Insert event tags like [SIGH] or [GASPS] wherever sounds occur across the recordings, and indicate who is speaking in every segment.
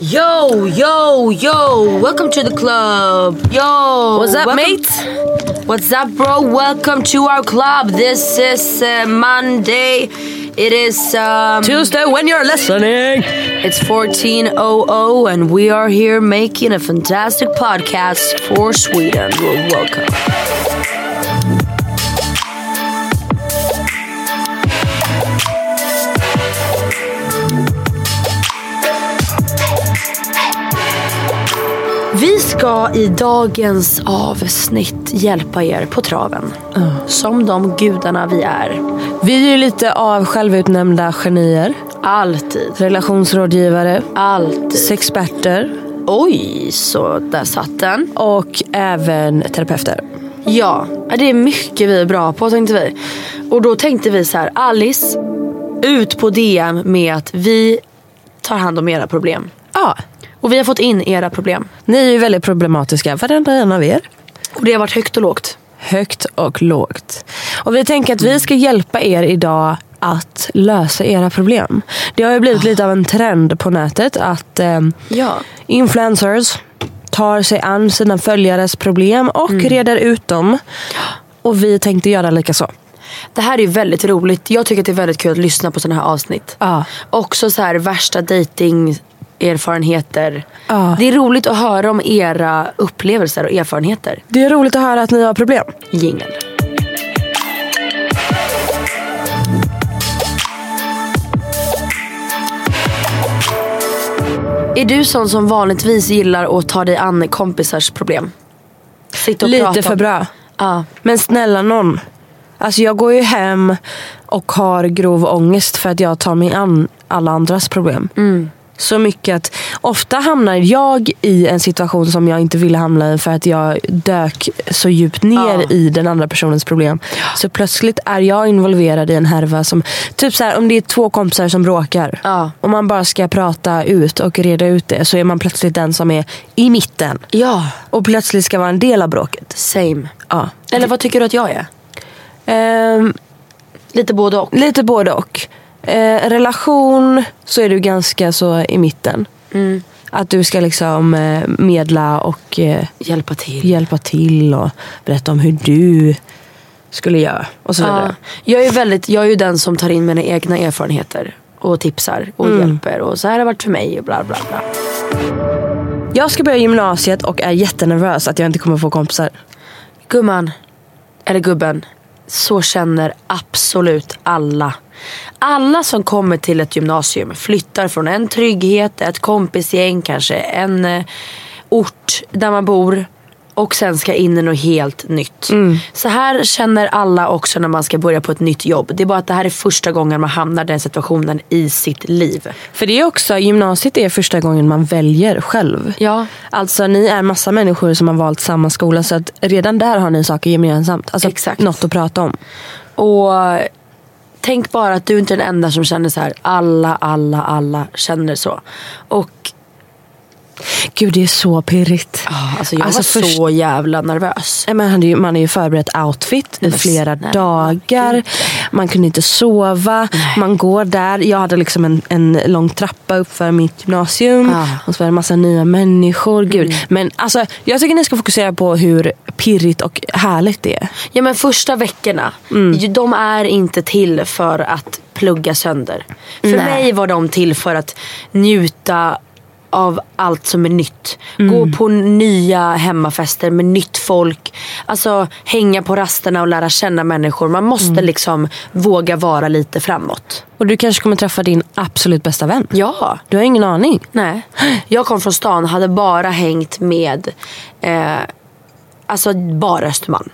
Speaker 1: Yo, yo, yo, welcome to the club. Yo,
Speaker 2: What's up,
Speaker 1: welcome-
Speaker 2: mate?
Speaker 1: What's up, bro? Welcome to our club. This is uh, Monday. It is um
Speaker 2: Tuesday when you're listening.
Speaker 1: it's 1400 and we are here making a fantastic podcast for Sweden. You're welcome. Vi ska i dagens avsnitt hjälpa er på traven. Som de gudarna vi är.
Speaker 2: Vi är ju lite av självutnämnda genier.
Speaker 1: Alltid.
Speaker 2: Relationsrådgivare.
Speaker 1: Alltid.
Speaker 2: Sexperter.
Speaker 1: Oj, så där satt den.
Speaker 2: Och även terapeuter.
Speaker 1: Ja, det är mycket vi är bra på tänkte vi. Och då tänkte vi så här, Alice, ut på DM med att vi tar hand om era problem.
Speaker 2: Ja,
Speaker 1: Och vi har fått in era problem.
Speaker 2: ni är ju väldigt problematiska, varenda en av er.
Speaker 1: Och det har varit högt och lågt.
Speaker 2: Högt och lågt. Och vi tänker att vi ska hjälpa er idag att lösa era problem. Det har ju blivit lite av en trend på nätet att ehm,
Speaker 1: Ja.
Speaker 2: influencers tar sig an sina följares problem och reder ut dem. Och vi tänkte göra lika så.
Speaker 1: Det här är ju väldigt roligt. Jag tycker att det är väldigt kul att lyssna på sådana här avsnitt.
Speaker 2: Ja.
Speaker 1: Också så här värsta dating erfarenheter.
Speaker 2: Ja.
Speaker 1: Det är roligt att höra om era upplevelser och erfarenheter.
Speaker 2: Det är roligt att höra att ni har problem.
Speaker 1: Jingeln. Är du sån som vanligtvis gillar att ta dig an kompisars problem? Sitta och prata
Speaker 2: Lite
Speaker 1: om-
Speaker 2: för bra.
Speaker 1: Ja.
Speaker 2: Men snälla någon. Alltså jag går ju hem och har grov ångest för att jag tar mig an alla andras problem.
Speaker 1: Mm.
Speaker 2: Så mycket att ofta hamnar jag i en situation som jag inte ville hamna i för att jag dök så djupt ner
Speaker 1: Ja.
Speaker 2: i den andra personens problem. Så plötsligt är jag involverad i en härva som, typ så här, om det är två kompisar som bråkar
Speaker 1: Ja.
Speaker 2: och man bara ska prata ut och reda ut det så är man plötsligt den som är i mitten
Speaker 1: ja,
Speaker 2: och plötsligt ska vara en del av bråket.
Speaker 1: same.
Speaker 2: Ja.
Speaker 1: Eller vad tycker du att jag är?
Speaker 2: Ehm,
Speaker 1: Lite både och.
Speaker 2: Lite både och. Eh, relation så är du ganska så i mitten.
Speaker 1: Mm.
Speaker 2: Att du ska liksom eh, medla och eh,
Speaker 1: Hjälpa till.
Speaker 2: hjälpa till och berätta om hur du skulle göra och så vidare.
Speaker 1: Ja. Jag, är väldigt, jag är ju den som tar in mina egna erfarenheter och tipsar och
Speaker 2: Mm.
Speaker 1: hjälper. Och så här har det varit för mig och bla bla bla.
Speaker 2: Jag ska börja gymnasiet och är jättenervös att jag inte kommer få kompisar.
Speaker 1: Gumman, eller gubben, så känner absolut alla. Alla som kommer till ett gymnasium flyttar från en trygghet, ett kompisgäng, kanske en eh, ort där man bor och sen ska in i något helt nytt. Så här känner alla också när man ska börja på ett nytt jobb. Det är bara att det här är första gången man hamnar i den situationen i sitt liv.
Speaker 2: För det är också, gymnasiet är första gången man väljer själv.
Speaker 1: Ja.
Speaker 2: Alltså ni är massa människor som har valt samma skola så att redan där har ni saker gemensamt. Alltså
Speaker 1: Exakt.
Speaker 2: något att prata om.
Speaker 1: Och tänk bara att du inte är den enda som känner så här. Alla, alla, alla känner så. Och
Speaker 2: Gud det är så pirrigt.
Speaker 1: Alltså jag
Speaker 2: Alltså,
Speaker 1: var
Speaker 2: först-
Speaker 1: så jävla nervös.
Speaker 2: Nej, men han är ju- man är ju förberett outfit i
Speaker 1: men
Speaker 2: flera
Speaker 1: snälla,
Speaker 2: dagar. Man kunde inte sova. Man går där. Jag hade liksom en, en lång trappa upp för mitt gymnasium.
Speaker 1: Ah. Mm.
Speaker 2: Och så var det en massa nya människor. Gud. Men alltså, jag tycker ni ska fokusera på hur pirrigt och härligt det är.
Speaker 1: Ja men första veckorna, ju- de är inte till för att plugga sönder. För
Speaker 2: Nej.
Speaker 1: mig var de till för att njuta av allt som är nytt. Gå på nya hemmafester med nytt folk. Alltså hänga på rasterna och lära känna människor. Man måste liksom våga vara lite framåt.
Speaker 2: Och du kanske kommer träffa din absolut bästa vän.
Speaker 1: Ja.
Speaker 2: Du har ingen aning.
Speaker 1: Nej. Jag kom från stan hade bara hängt med eh, alltså bara Östermalm.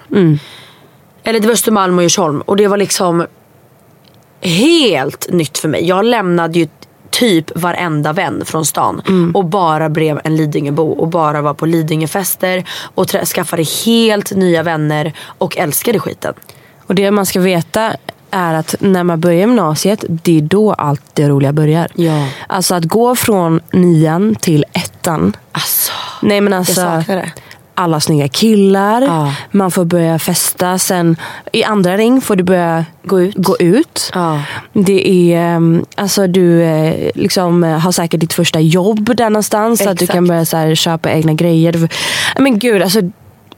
Speaker 1: Eller det var Östermalm och Djursholm och det var liksom helt nytt för mig. Jag lämnade ju typ varenda vän från stan och bara blev en Lidingöbo och bara var på Lidingöfester och trä- skaffade helt nya vänner och älskade skiten.
Speaker 2: Och det man ska veta är att när man börjar gymnasiet, det är då allt det roliga börjar.
Speaker 1: Ja.
Speaker 2: Alltså att gå från nian till ettan.
Speaker 1: Alltså,
Speaker 2: Nej men alltså.
Speaker 1: saknar det.
Speaker 2: Alla snygga killar.
Speaker 1: Ja.
Speaker 2: Man får börja festa. Sen i andra ring får du börja
Speaker 1: Gå ut.
Speaker 2: Gå ut.
Speaker 1: Ja.
Speaker 2: Det är, ehm, alltså du eh, liksom, eh, har säkert ditt första jobb där någonstans. Så att du
Speaker 1: Exakt.
Speaker 2: kan börja så här, köpa egna grejer. Du får- Men gud alltså.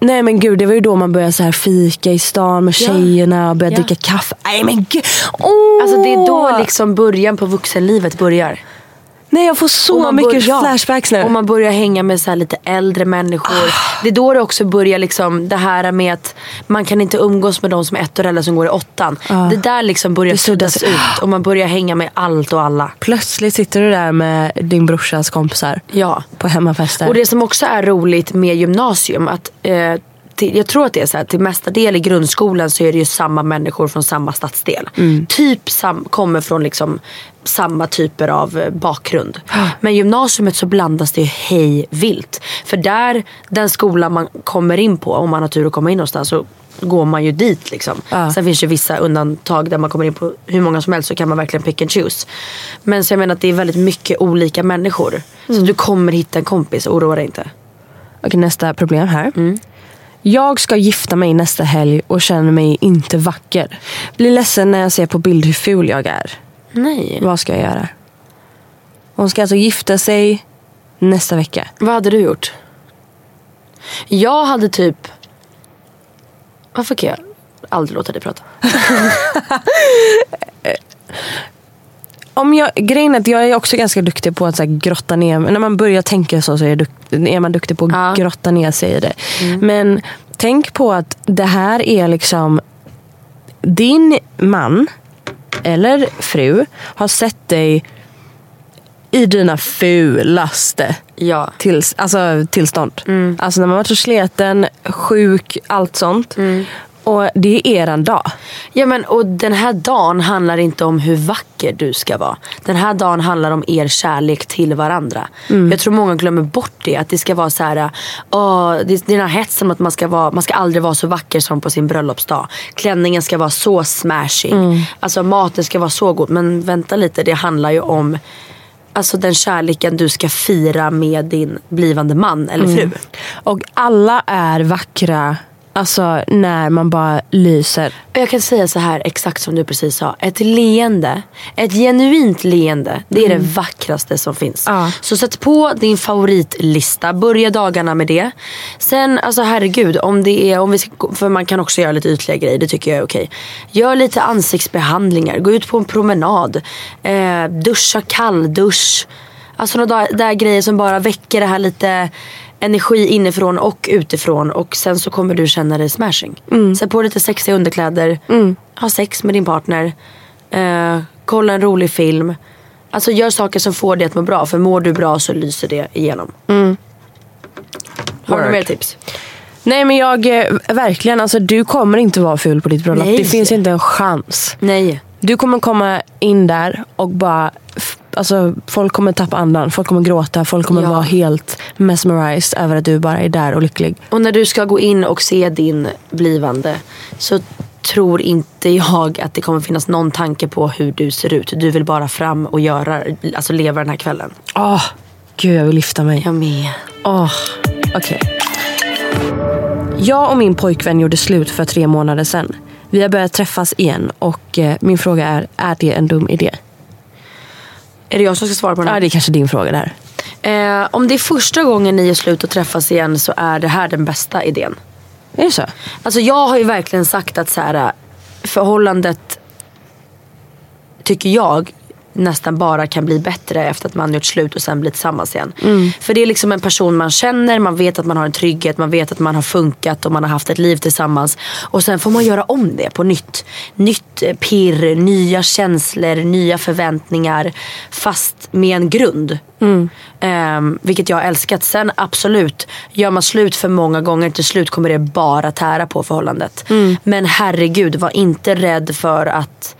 Speaker 2: Nej men gud, det var ju då man började så här fika i stan med
Speaker 1: Ja.
Speaker 2: tjejerna och började
Speaker 1: Ja.
Speaker 2: dricka kaffe. Nej men gud. Åh!
Speaker 1: alltså det är då liksom början på vuxenlivet börjar.
Speaker 2: Nej jag får så
Speaker 1: Och man
Speaker 2: mycket
Speaker 1: börjar- ja.
Speaker 2: flashbacks nu. Ah.
Speaker 1: Och man börjar hänga med så här lite äldre människor. Det är då det också börjar liksom det här med att man kan inte umgås med de som är ett år eller som går i åttan. Det där liksom börjar
Speaker 2: Ah. Det suddas-
Speaker 1: suddas ut och man börjar hänga med allt och alla.
Speaker 2: Plötsligt sitter du där med din brorsas kompisar.
Speaker 1: Ja.
Speaker 2: På hemmafester.
Speaker 1: Och det som också är roligt med gymnasium att eh, till, jag tror att det är så här, till mesta del i grundskolan så är det ju samma människor från samma stadsdel. Typ sam, kommer från liksom samma typer av eh, bakgrund. Men gymnasiet så blandas det ju hej vilt. För där, den skola man kommer in på, om man har tur att komma in någonstans, så går man ju dit liksom.
Speaker 2: Ja.
Speaker 1: Sen finns det vissa undantag där man kommer in på hur många som helst så kan man verkligen pick and choose. Men så jag menar att det är väldigt mycket olika människor. Så du kommer hitta en kompis, oroa dig inte.
Speaker 2: Okej, nästa problem här. Jag ska gifta mig nästa helg och känner mig inte vacker. Blir ledsen när jag ser på bild hur ful jag är.
Speaker 1: Nej.
Speaker 2: Vad ska jag göra? Hon ska alltså gifta sig nästa vecka.
Speaker 1: Vad hade du gjort? Jag hade typ... Varför kan jag aldrig låta dig prata?
Speaker 2: Om jag, grejen är att jag är också ganska duktig på att så här, grotta ner mig. När man börjar tänka så, så är, jag dukt, är man duktig på att
Speaker 1: Ja. Mm.
Speaker 2: grotta ner sig i det. Men tänk på att det här är liksom din man eller fru har sett dig i dina fulaste
Speaker 1: Ja. Mm.
Speaker 2: tills, alltså, tillstånd. Alltså när man varit så sleten, sjuk, allt sånt.
Speaker 1: Mm.
Speaker 2: Och det är eran dag.
Speaker 1: Ja men och den här dagen handlar inte om hur vacker du ska vara. Den här dagen handlar om er kärlek till varandra. Jag tror många glömmer bort det. Att det ska vara så här, åh, det, det är den här hetsen om att man ska, vara, man ska aldrig vara så vacker som på sin bröllopsdag. Klänningen ska vara så smashing. Alltså maten ska vara så god. Men vänta lite, det handlar ju om Alltså den kärleken du ska fira med din blivande man eller fru.
Speaker 2: Och alla är vackra alltså, när man bara lyser.
Speaker 1: Och Jag kan säga så här exakt som du precis sa. Ett leende, ett genuint leende, det är det vackraste som finns.
Speaker 2: Ja.
Speaker 1: Så sätt på din favoritlista, börja dagarna med det. Sen, alltså herregud, om det är, om vi ska, gå- för man kan också göra lite ytliga grejer, det tycker jag är okej. Gör lite ansiktsbehandlingar, gå ut på en promenad, eh, duscha kalldusch. Alltså några dagar, där grejer som bara väcker det här lite energi inifrån och utifrån och sen så kommer du känna dig smashing. Sätt på lite sexiga underkläder, ha sex med din partner, eh, kolla en rolig film. Alltså gör saker som får dig att må bra för mår du bra så lyser det igenom. Har du
Speaker 2: Word.
Speaker 1: mer tips?
Speaker 2: Nej men jag, eh, verkligen alltså du kommer inte vara ful på ditt bröllop.
Speaker 1: Nej.
Speaker 2: Det finns inte en chans.
Speaker 1: Nej.
Speaker 2: Du kommer komma in där och bara, f- alltså folk kommer tappa andan, folk kommer gråta, folk kommer
Speaker 1: Ja.
Speaker 2: vara helt mesmerized över att du bara är där och lycklig.
Speaker 1: Och när du ska gå in och se din blivande så tror inte jag att det kommer finnas någon tanke på hur du ser ut. Du vill bara fram och göra, alltså leva den här kvällen.
Speaker 2: Ah, Gud, jag vill lyfta mig.
Speaker 1: Jag med.
Speaker 2: Åh, okej. Jag och min pojkvän gjorde slut för tre månader sedan. Vi har börjat träffas igen och eh, min fråga är, är det en dum idé?
Speaker 1: Är det jag som ska svara på den?
Speaker 2: Ja,
Speaker 1: här?
Speaker 2: det är kanske din fråga där.
Speaker 1: Eh, om det är första gången ni är slut och träffas igen så är det här den bästa idén.
Speaker 2: Är det så?
Speaker 1: Alltså jag har ju verkligen sagt att så här, eh, förhållandet tycker jag nästan bara kan bli bättre efter att man gjort slut och sen blir tillsammans igen. För det är liksom en person man känner, man vet att man har en trygghet, man vet att man har funkat och man har haft ett liv tillsammans. Och sen får man göra om det på nytt. Nytt eh, pirr, nya känslor, nya förväntningar. Fast med en grund. Ehm, vilket jag har älskat. Sen absolut, gör man slut för många gånger till slut kommer det bara tära på förhållandet. Men herregud, var inte rädd för att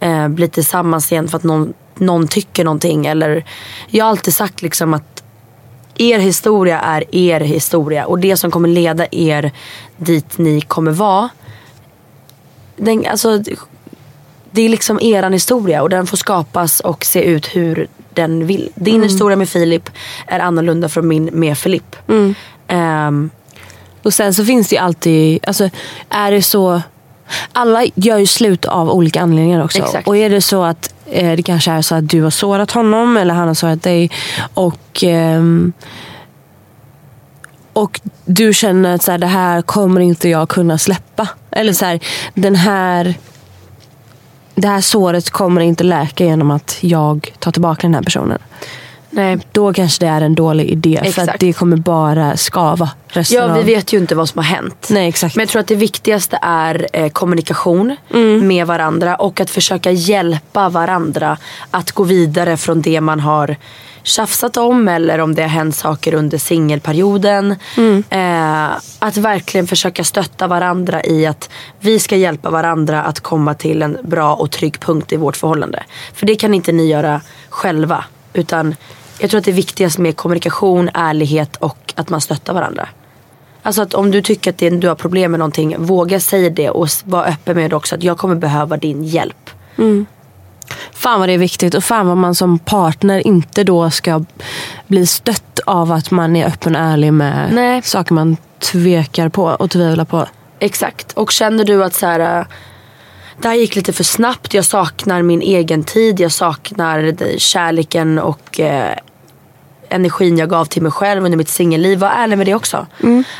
Speaker 1: eh, bli tillsammans igen för att någon, någon tycker någonting. Eller, jag har alltid sagt liksom att er historia är er historia och det som kommer leda er dit ni kommer vara. Den, alltså, det är liksom eran historia och den får skapas och se ut hur den vill. Din historia med Filip är annorlunda från min med Filip. Ehm,
Speaker 2: Och sen så finns det ju alltid, alltså är det så, alla gör ju slut av olika anledningar också.
Speaker 1: Exakt.
Speaker 2: Och är det så att eh, det kanske är så att du har sårat honom eller han har sårat dig och, ehm, och du känner att så här, det här kommer inte jag kunna släppa. Eller så här, den här, det här såret kommer inte läka genom att jag tar tillbaka den här personen.
Speaker 1: nej,
Speaker 2: Då kanske det är en dålig idé för
Speaker 1: Exakt.
Speaker 2: att det kommer bara skava resten
Speaker 1: Ja, vi
Speaker 2: av...
Speaker 1: vet ju inte vad som har hänt.
Speaker 2: Nej, exakt.
Speaker 1: Men jag tror att det viktigaste är eh, kommunikation med varandra och att försöka hjälpa varandra att gå vidare från det man har tjafsat om eller om det har hänt saker under singelperioden. Eh, att verkligen försöka stötta varandra i att vi ska hjälpa varandra att komma till en bra och trygg punkt i vårt förhållande. För det kan inte ni göra själva. Utan jag tror att det viktigaste med kommunikation, ärlighet och att man stöttar varandra. Alltså att om du tycker att det, du har problem med någonting, våga säga det och s- var öppen med det också att jag kommer behöva din hjälp.
Speaker 2: Fan vad det är viktigt och fan vad man som partner inte då ska bli stött av att man är öppen och ärlig med
Speaker 1: Nej.
Speaker 2: saker man tvekar på och tvivlar på.
Speaker 1: Exakt. Och känner du att så här, äh, det här gick lite för snabbt, jag saknar min egen tid, jag saknar d- kärleken och eh, energin jag gav till mig själv under mitt singelliv. Var ärlig med det också.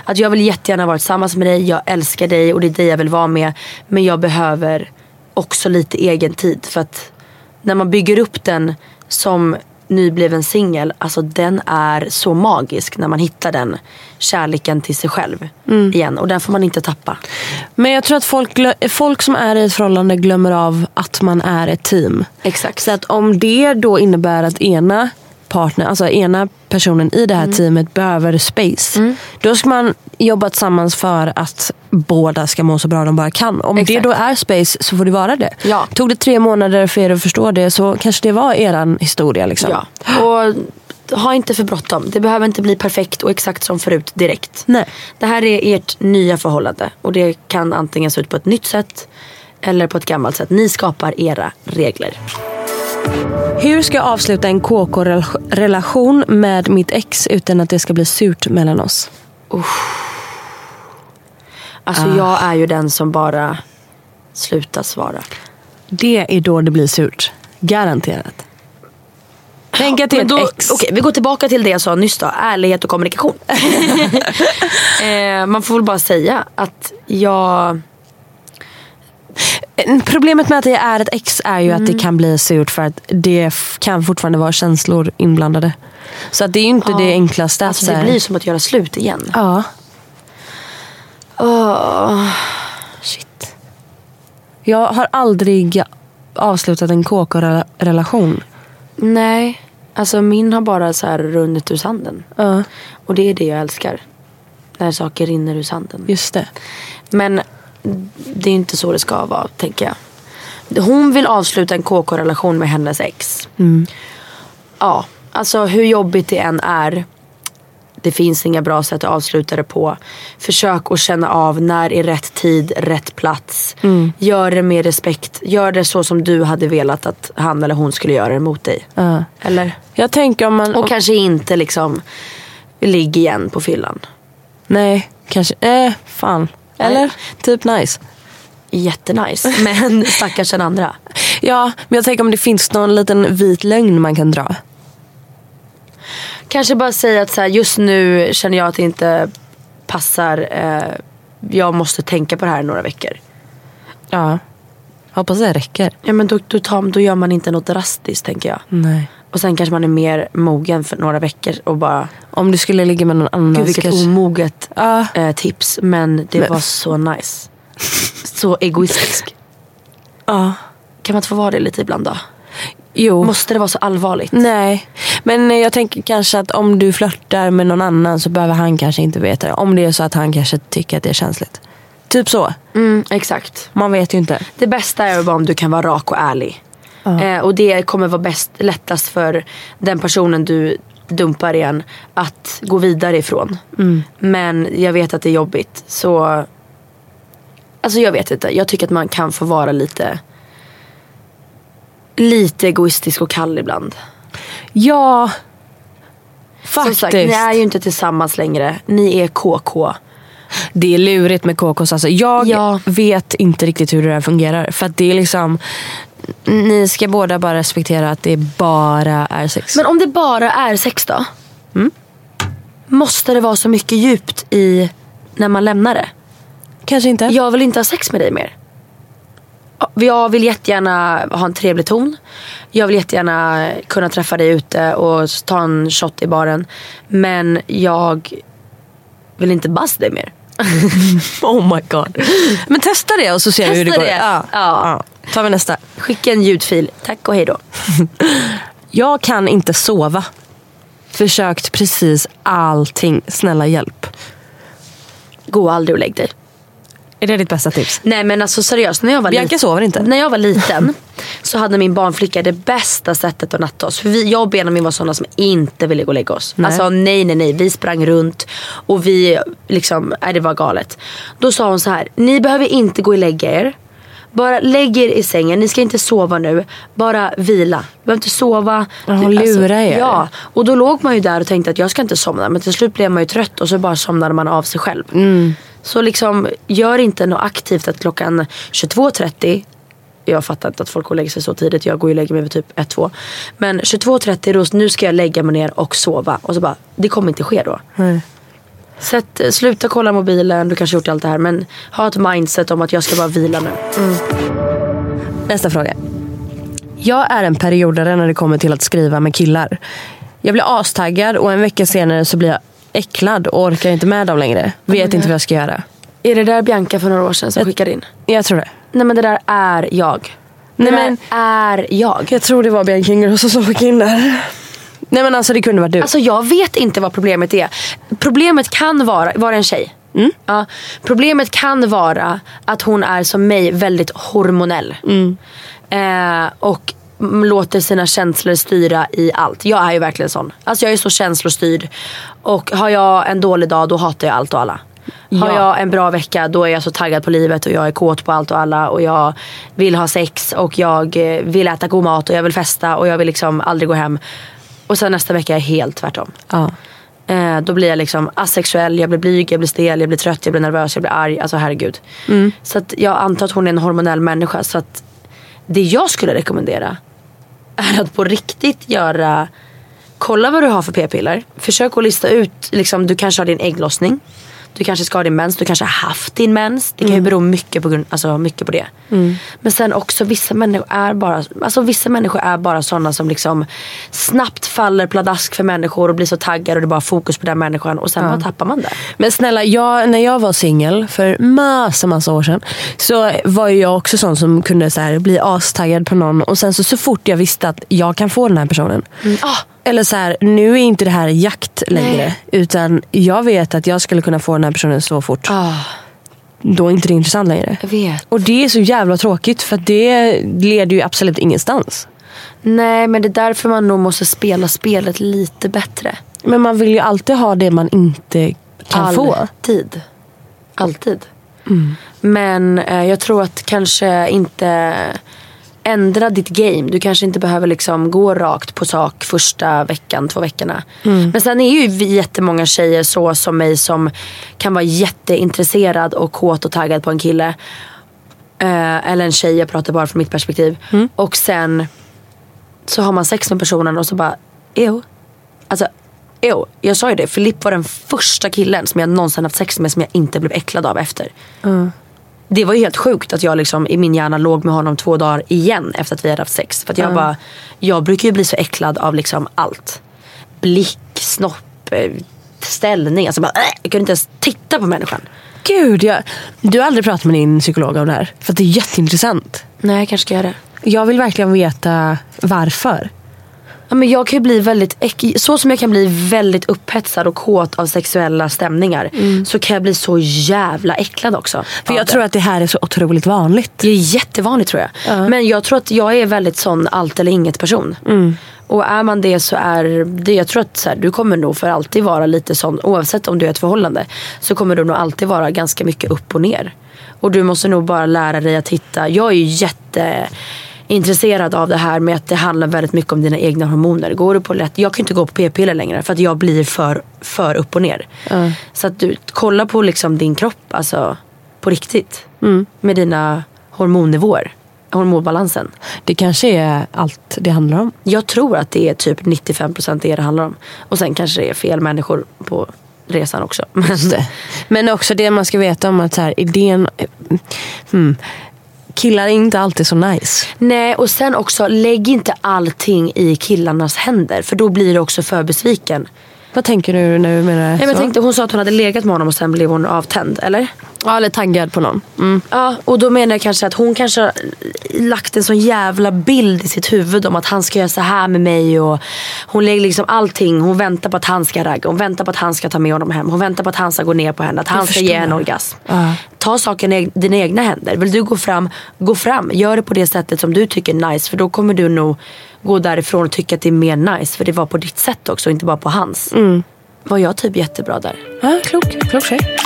Speaker 1: Att jag vill jättegärna vara tillsammans med dig, jag älskar dig och det är dig jag vill vara med. Men jag behöver också lite egen tid för att när man bygger upp den som nybliven singel, alltså den är så magisk när man hittar den kärleken till sig själv igen och den får man inte tappa.
Speaker 2: Men jag tror att folk, glö- folk som är i ett förhållande glömmer av att man är ett team.
Speaker 1: Exakt.
Speaker 2: Så att om det då innebär att ena partner, alltså ena personen i det här teamet behöver space. Då ska man jobba tillsammans för att båda ska må så bra de bara kan. Om det
Speaker 1: Exakt.
Speaker 2: då är space så får det vara det.
Speaker 1: Ja.
Speaker 2: Tog det tre månader för er att förstå det så kanske det var eran historia. Liksom.
Speaker 1: ja. Och ha inte för bråttom. Det behöver inte bli perfekt och exakt som förut direkt.
Speaker 2: Nej.
Speaker 1: Det här är ert nya förhållande och det kan antingen se ut på ett nytt sätt eller på ett gammalt sätt. Ni skapar era regler.
Speaker 2: Hur ska jag avsluta en KK-relation med mitt ex utan att det ska bli surt mellan oss?
Speaker 1: Alltså
Speaker 2: Ah.
Speaker 1: jag är ju den som bara slutar svara.
Speaker 2: Det är då det blir surt. Garanterat. Tänk att det är
Speaker 1: Men då-
Speaker 2: ett ex.
Speaker 1: Okej, vi går tillbaka till det jag sa nyss då. Ärlighet och
Speaker 2: [LAUGHS]
Speaker 1: kommunikation. eh, man får väl bara säga att jag...
Speaker 2: Eh, Problemet med att det är ett ex är ju att det kan bli surt för att det f- kan fortfarande vara känslor inblandade. Så att det är ju inte det enklaste. att
Speaker 1: Alltså
Speaker 2: så
Speaker 1: det
Speaker 2: här-
Speaker 1: blir som att göra slut igen.
Speaker 2: Ja. Shit. Jag har aldrig avslutat en KK-relation.
Speaker 1: Nej, alltså min har bara så här runnit ur sanden.
Speaker 2: Ja,
Speaker 1: Och det är det jag älskar. När saker rinner ur sanden.
Speaker 2: just det.
Speaker 1: Men det är inte så det ska vara, tänker jag. Hon vill avsluta en KK-relation med hennes ex. Ja, alltså hur jobbigt det än är. Det finns inga bra sätt att avsluta det på. Försök att känna av när är rätt tid, rätt plats. Gör det med respekt. Gör det så som du hade velat att han eller hon skulle göra det mot dig.
Speaker 2: Ja.
Speaker 1: Eller?
Speaker 2: Jag tänker om man...
Speaker 1: Och kanske inte liksom ligg igen på fyllan.
Speaker 2: nej, kanske... Eh, fan. Eller?
Speaker 1: Nej.
Speaker 2: Typ nice.
Speaker 1: Jättenice. Men stackars den andra.
Speaker 2: Ja, men jag tänker om det finns någon liten vit lögn man kan dra.
Speaker 1: Kanske bara säga att så här, just nu känner jag att det inte passar. Eh, jag måste tänka på det här i några veckor.
Speaker 2: Ja. Hoppas det räcker.
Speaker 1: Ja men då, då, tar, då gör man inte något drastiskt tänker jag.
Speaker 2: Nej.
Speaker 1: Och sen kanske man är mer mogen för några veckor och bara
Speaker 2: Om du skulle ligga med någon annan
Speaker 1: Gud vilket
Speaker 2: kanske-
Speaker 1: omoget
Speaker 2: Ja.
Speaker 1: eh, tips. Men det
Speaker 2: Men-
Speaker 1: var så nice. Så egoistisk.
Speaker 2: Ja.
Speaker 1: Kan man inte få vara det lite ibland då?
Speaker 2: Jo.
Speaker 1: Måste det vara så allvarligt?
Speaker 2: Nej, men eh, jag tänker kanske att om du flörtar med någon annan så behöver han kanske inte veta det. Om det är så att han kanske tycker att det är känsligt. Typ så.
Speaker 1: Mm, exakt.
Speaker 2: Man vet ju inte.
Speaker 1: Det bästa är bara om du kan vara rak och ärlig. Eh, och det kommer vara bäst, lättast för den personen du dumpar igen att gå vidare ifrån. Men jag vet att det är jobbigt. Så... Alltså jag vet inte. Jag tycker att man kan få vara lite... Lite egoistisk och kall ibland.
Speaker 2: Ja,
Speaker 1: Som
Speaker 2: faktiskt.
Speaker 1: sagt, ni är ju inte tillsammans längre. Ni är KK.
Speaker 2: Det är lurigt med KKs. Alltså, jag
Speaker 1: Ja.
Speaker 2: vet inte riktigt hur det där fungerar. För att det är liksom, ni ska båda bara respektera att det bara är sex.
Speaker 1: Men om det bara är sex då? Måste det vara så mycket djupt i när man lämnar det?
Speaker 2: kanske inte.
Speaker 1: Jag vill inte ha sex med dig mer. Jag vill jättegärna ha en trevlig ton. Jag vill jättegärna kunna träffa dig ute och ta en shot i baren. Men jag vill inte basta dig mer.
Speaker 2: Oh my god. Men testa det och så ser vi hur det
Speaker 1: Testa
Speaker 2: går.
Speaker 1: det.
Speaker 2: Ja.
Speaker 1: Ja.
Speaker 2: Ja. Tar vi nästa.
Speaker 1: Skicka en ljudfil. Tack och hej då.
Speaker 2: Jag kan inte sova. Försökt precis allting. Snälla hjälp.
Speaker 1: Gå aldrig och lägg dig.
Speaker 2: Är det ditt bästa tips?
Speaker 1: Nej men alltså seriöst, när jag var
Speaker 2: Bianca
Speaker 1: liten-
Speaker 2: sover inte.
Speaker 1: När
Speaker 2: [LAUGHS]
Speaker 1: jag var liten så hade min barnflicka det bästa sättet att natta oss. För vi, jag och Benjamin var sådana som inte ville gå och lägga oss.
Speaker 2: Nej.
Speaker 1: Alltså nej nej nej, vi sprang runt och vi liksom, nej, det var galet. Då sa hon så här, ni behöver inte gå och lägga er. Bara lägg er i sängen, ni ska inte sova nu. Bara vila. Du behöver inte sova.
Speaker 2: Ja,
Speaker 1: Du-
Speaker 2: hon lurar er.
Speaker 1: Alltså, Ja, och då låg man ju där och tänkte att jag ska inte somna. Men till slut blev man ju trött och så bara somnade man av sig själv. Så liksom, gör inte något aktivt att klockan 22.30 jag fattar inte att folk går och lägger sig så tidigt. Jag går ju och lägger mig vid typ 1-2. Men 22.30 då, nu ska jag lägga mig ner och sova. Och så bara, det kommer inte ske då. Så att, eh, sluta kolla mobilen, du kanske gjort allt det här. Men ha ett mindset om att jag ska bara vila nu.
Speaker 2: Nästa fråga. Jag är en periodare när det kommer till att skriva med killar. Jag blir astaggad och en vecka senare så blir jag äcklad och orkar inte med dem längre. Vet inte vad jag ska göra.
Speaker 1: Är det där Bianca för några år sedan som skickade in?
Speaker 2: Jag tror det.
Speaker 1: Nej men det där är jag. Det
Speaker 2: Nej,
Speaker 1: där
Speaker 2: men-
Speaker 1: är jag.
Speaker 2: Jag tror det var Bianca Ingrosso som gick in där. Nej men alltså det kunde varit du.
Speaker 1: Alltså jag vet inte vad problemet är. Problemet kan vara, var det en tjej?
Speaker 2: Mm.
Speaker 1: Ja, problemet kan vara att hon är som mig väldigt hormonell.
Speaker 2: Mm.
Speaker 1: Eh, och m- låter sina känslor styra i allt. Jag är ju verkligen sån. Alltså jag är så känslostyrd. Och har jag en dålig dag då hatar jag allt och alla. Har
Speaker 2: Ja.
Speaker 1: jag en bra vecka då är jag så taggad på livet och jag är kåt på allt och alla och jag vill ha sex och jag eh, vill äta god mat och jag vill festa och jag vill liksom aldrig gå hem. Och sen nästa vecka är jag helt tvärtom.
Speaker 2: ja.
Speaker 1: Eh, då blir jag liksom asexuell, jag blir blyg, jag blir stel, jag blir trött, jag blir nervös, jag blir arg. Alltså herregud. Så att jag antar att hon är en hormonell människa. Så att det jag skulle rekommendera är att på riktigt göra Kolla vad du har för p-piller. Försök att lista ut, liksom, du kanske har din ägglossning. Du kanske ska ha din mens, du kanske har haft din mens. Det kan ju bero mycket på, grund, alltså, mycket på det. Men sen också vissa människor är bara alltså, vissa människor är bara sådana som liksom snabbt faller pladask för människor och blir så taggade och det är bara fokus på den människan och sen bara tappar man det.
Speaker 2: Men snälla, jag, när jag var singel för massa, massa år sedan så var ju jag också sån som kunde så här, bli astaggad på någon och sen så, så fort jag visste att jag kan få den här personen.
Speaker 1: Ah.
Speaker 2: Eller så här, nu är inte det här jakt längre
Speaker 1: Nej.
Speaker 2: utan jag vet att jag skulle kunna få den här personen så fort.
Speaker 1: Ah,
Speaker 2: Då är inte det intressant längre.
Speaker 1: jag vet.
Speaker 2: Och det är så jävla tråkigt för att det leder ju absolut ingenstans.
Speaker 1: Nej men det är därför man nog måste spela spelet lite bättre.
Speaker 2: Men man vill ju alltid ha det man inte kan få. Mm.
Speaker 1: Alltid. Alltid. Men eh, jag tror att kanske inte ändra ditt game. Du kanske inte behöver liksom gå rakt på sak första veckan, två veckorna.
Speaker 2: Mm.
Speaker 1: Men sen är ju vi jättemånga tjejer så som mig som kan vara jätteintresserad och kåt och taggad på en kille. Eh, eller en tjej, jag pratar bara från mitt perspektiv.
Speaker 2: Mm.
Speaker 1: Och sen så har man sex med personen och så bara, ew. Alltså, ew. Jag sa ju det, Filipp var den första killen som jag någonsin haft sex med som jag inte blev äcklad av efter. Mm. Det var ju helt sjukt att jag liksom i min hjärna låg med honom två dagar igen efter att vi hade haft sex. För att jag bara, jag brukar ju bli så äcklad av liksom allt. Blick, snopp, eh, ställning. Alltså bara, äh, jag kunde inte ens titta på människan.
Speaker 2: Gud, jag, du har aldrig pratat med din psykolog om det här. För att det är jätteintressant.
Speaker 1: Nej, jag kanske ska göra det.
Speaker 2: Jag vill verkligen veta varför.
Speaker 1: Ja, men jag kan ju bli väldigt, äck- så som jag kan bli väldigt upphetsad och kåt av sexuella stämningar så kan jag bli så jävla äcklad också.
Speaker 2: För
Speaker 1: av
Speaker 2: jag
Speaker 1: det.
Speaker 2: tror att det här är så otroligt vanligt.
Speaker 1: Det är jättevanligt tror jag. Men jag tror att jag är väldigt sån allt eller inget person. Och är man det så är det, jag tror att så här, du kommer nog för alltid vara lite sån, oavsett om du är ett förhållande, så kommer du nog alltid vara ganska mycket upp och ner. Och du måste nog bara lära dig att hitta, jag är ju jätteintresserad av det här med att det handlar väldigt mycket om dina egna hormoner. Går du på lätt, jag kan inte gå på p-piller längre för att jag blir för, för upp och ner. Så att du, kolla på liksom din kropp, alltså på riktigt. Med dina hormonnivåer. Hormonbalansen.
Speaker 2: Det kanske är allt det handlar om.
Speaker 1: Jag tror att det är typ 95% det det handlar om. Och sen kanske det är fel människor på resan också. [LAUGHS] Men
Speaker 2: Men också det man ska veta om att så här, idén... eh, Hmm, killar är inte alltid så nice.
Speaker 1: Nej, och sen också lägg inte allting i killarnas händer. För då blir du också för besviken.
Speaker 2: Vad tänker du när du menar
Speaker 1: Nej, men jag
Speaker 2: så?
Speaker 1: tänkte, hon sa att hon hade legat med honom och sen blev hon avtänd, eller?
Speaker 2: Ja, eller taggad på någon. Mm.
Speaker 1: Ja, och då menar jag kanske att hon kanske har lagt en sån jävla bild i sitt huvud om att han ska göra så här med mig och hon lägger liksom allting, hon väntar på att han ska ragga, hon väntar på att han ska ta med honom hem, hon väntar på att han ska gå ner på henne, att han ska ge
Speaker 2: förstår.
Speaker 1: henne orgasm. Ta saken i dina egna händer. Vill du gå fram, gå fram. Gör det på det sättet som du tycker är nice för då kommer du nog gå därifrån och tycka att det är mer nice för det var på ditt sätt också, inte bara på hans. Var jag typ jättebra där?
Speaker 2: Ja, klok, klok tjej.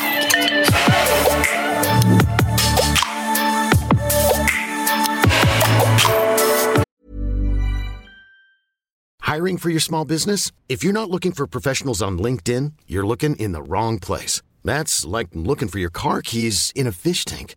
Speaker 3: Hiring for your small business? If you're not looking for professionals on LinkedIn, you're looking in the wrong place. That's like looking for your car keys in a fish tank.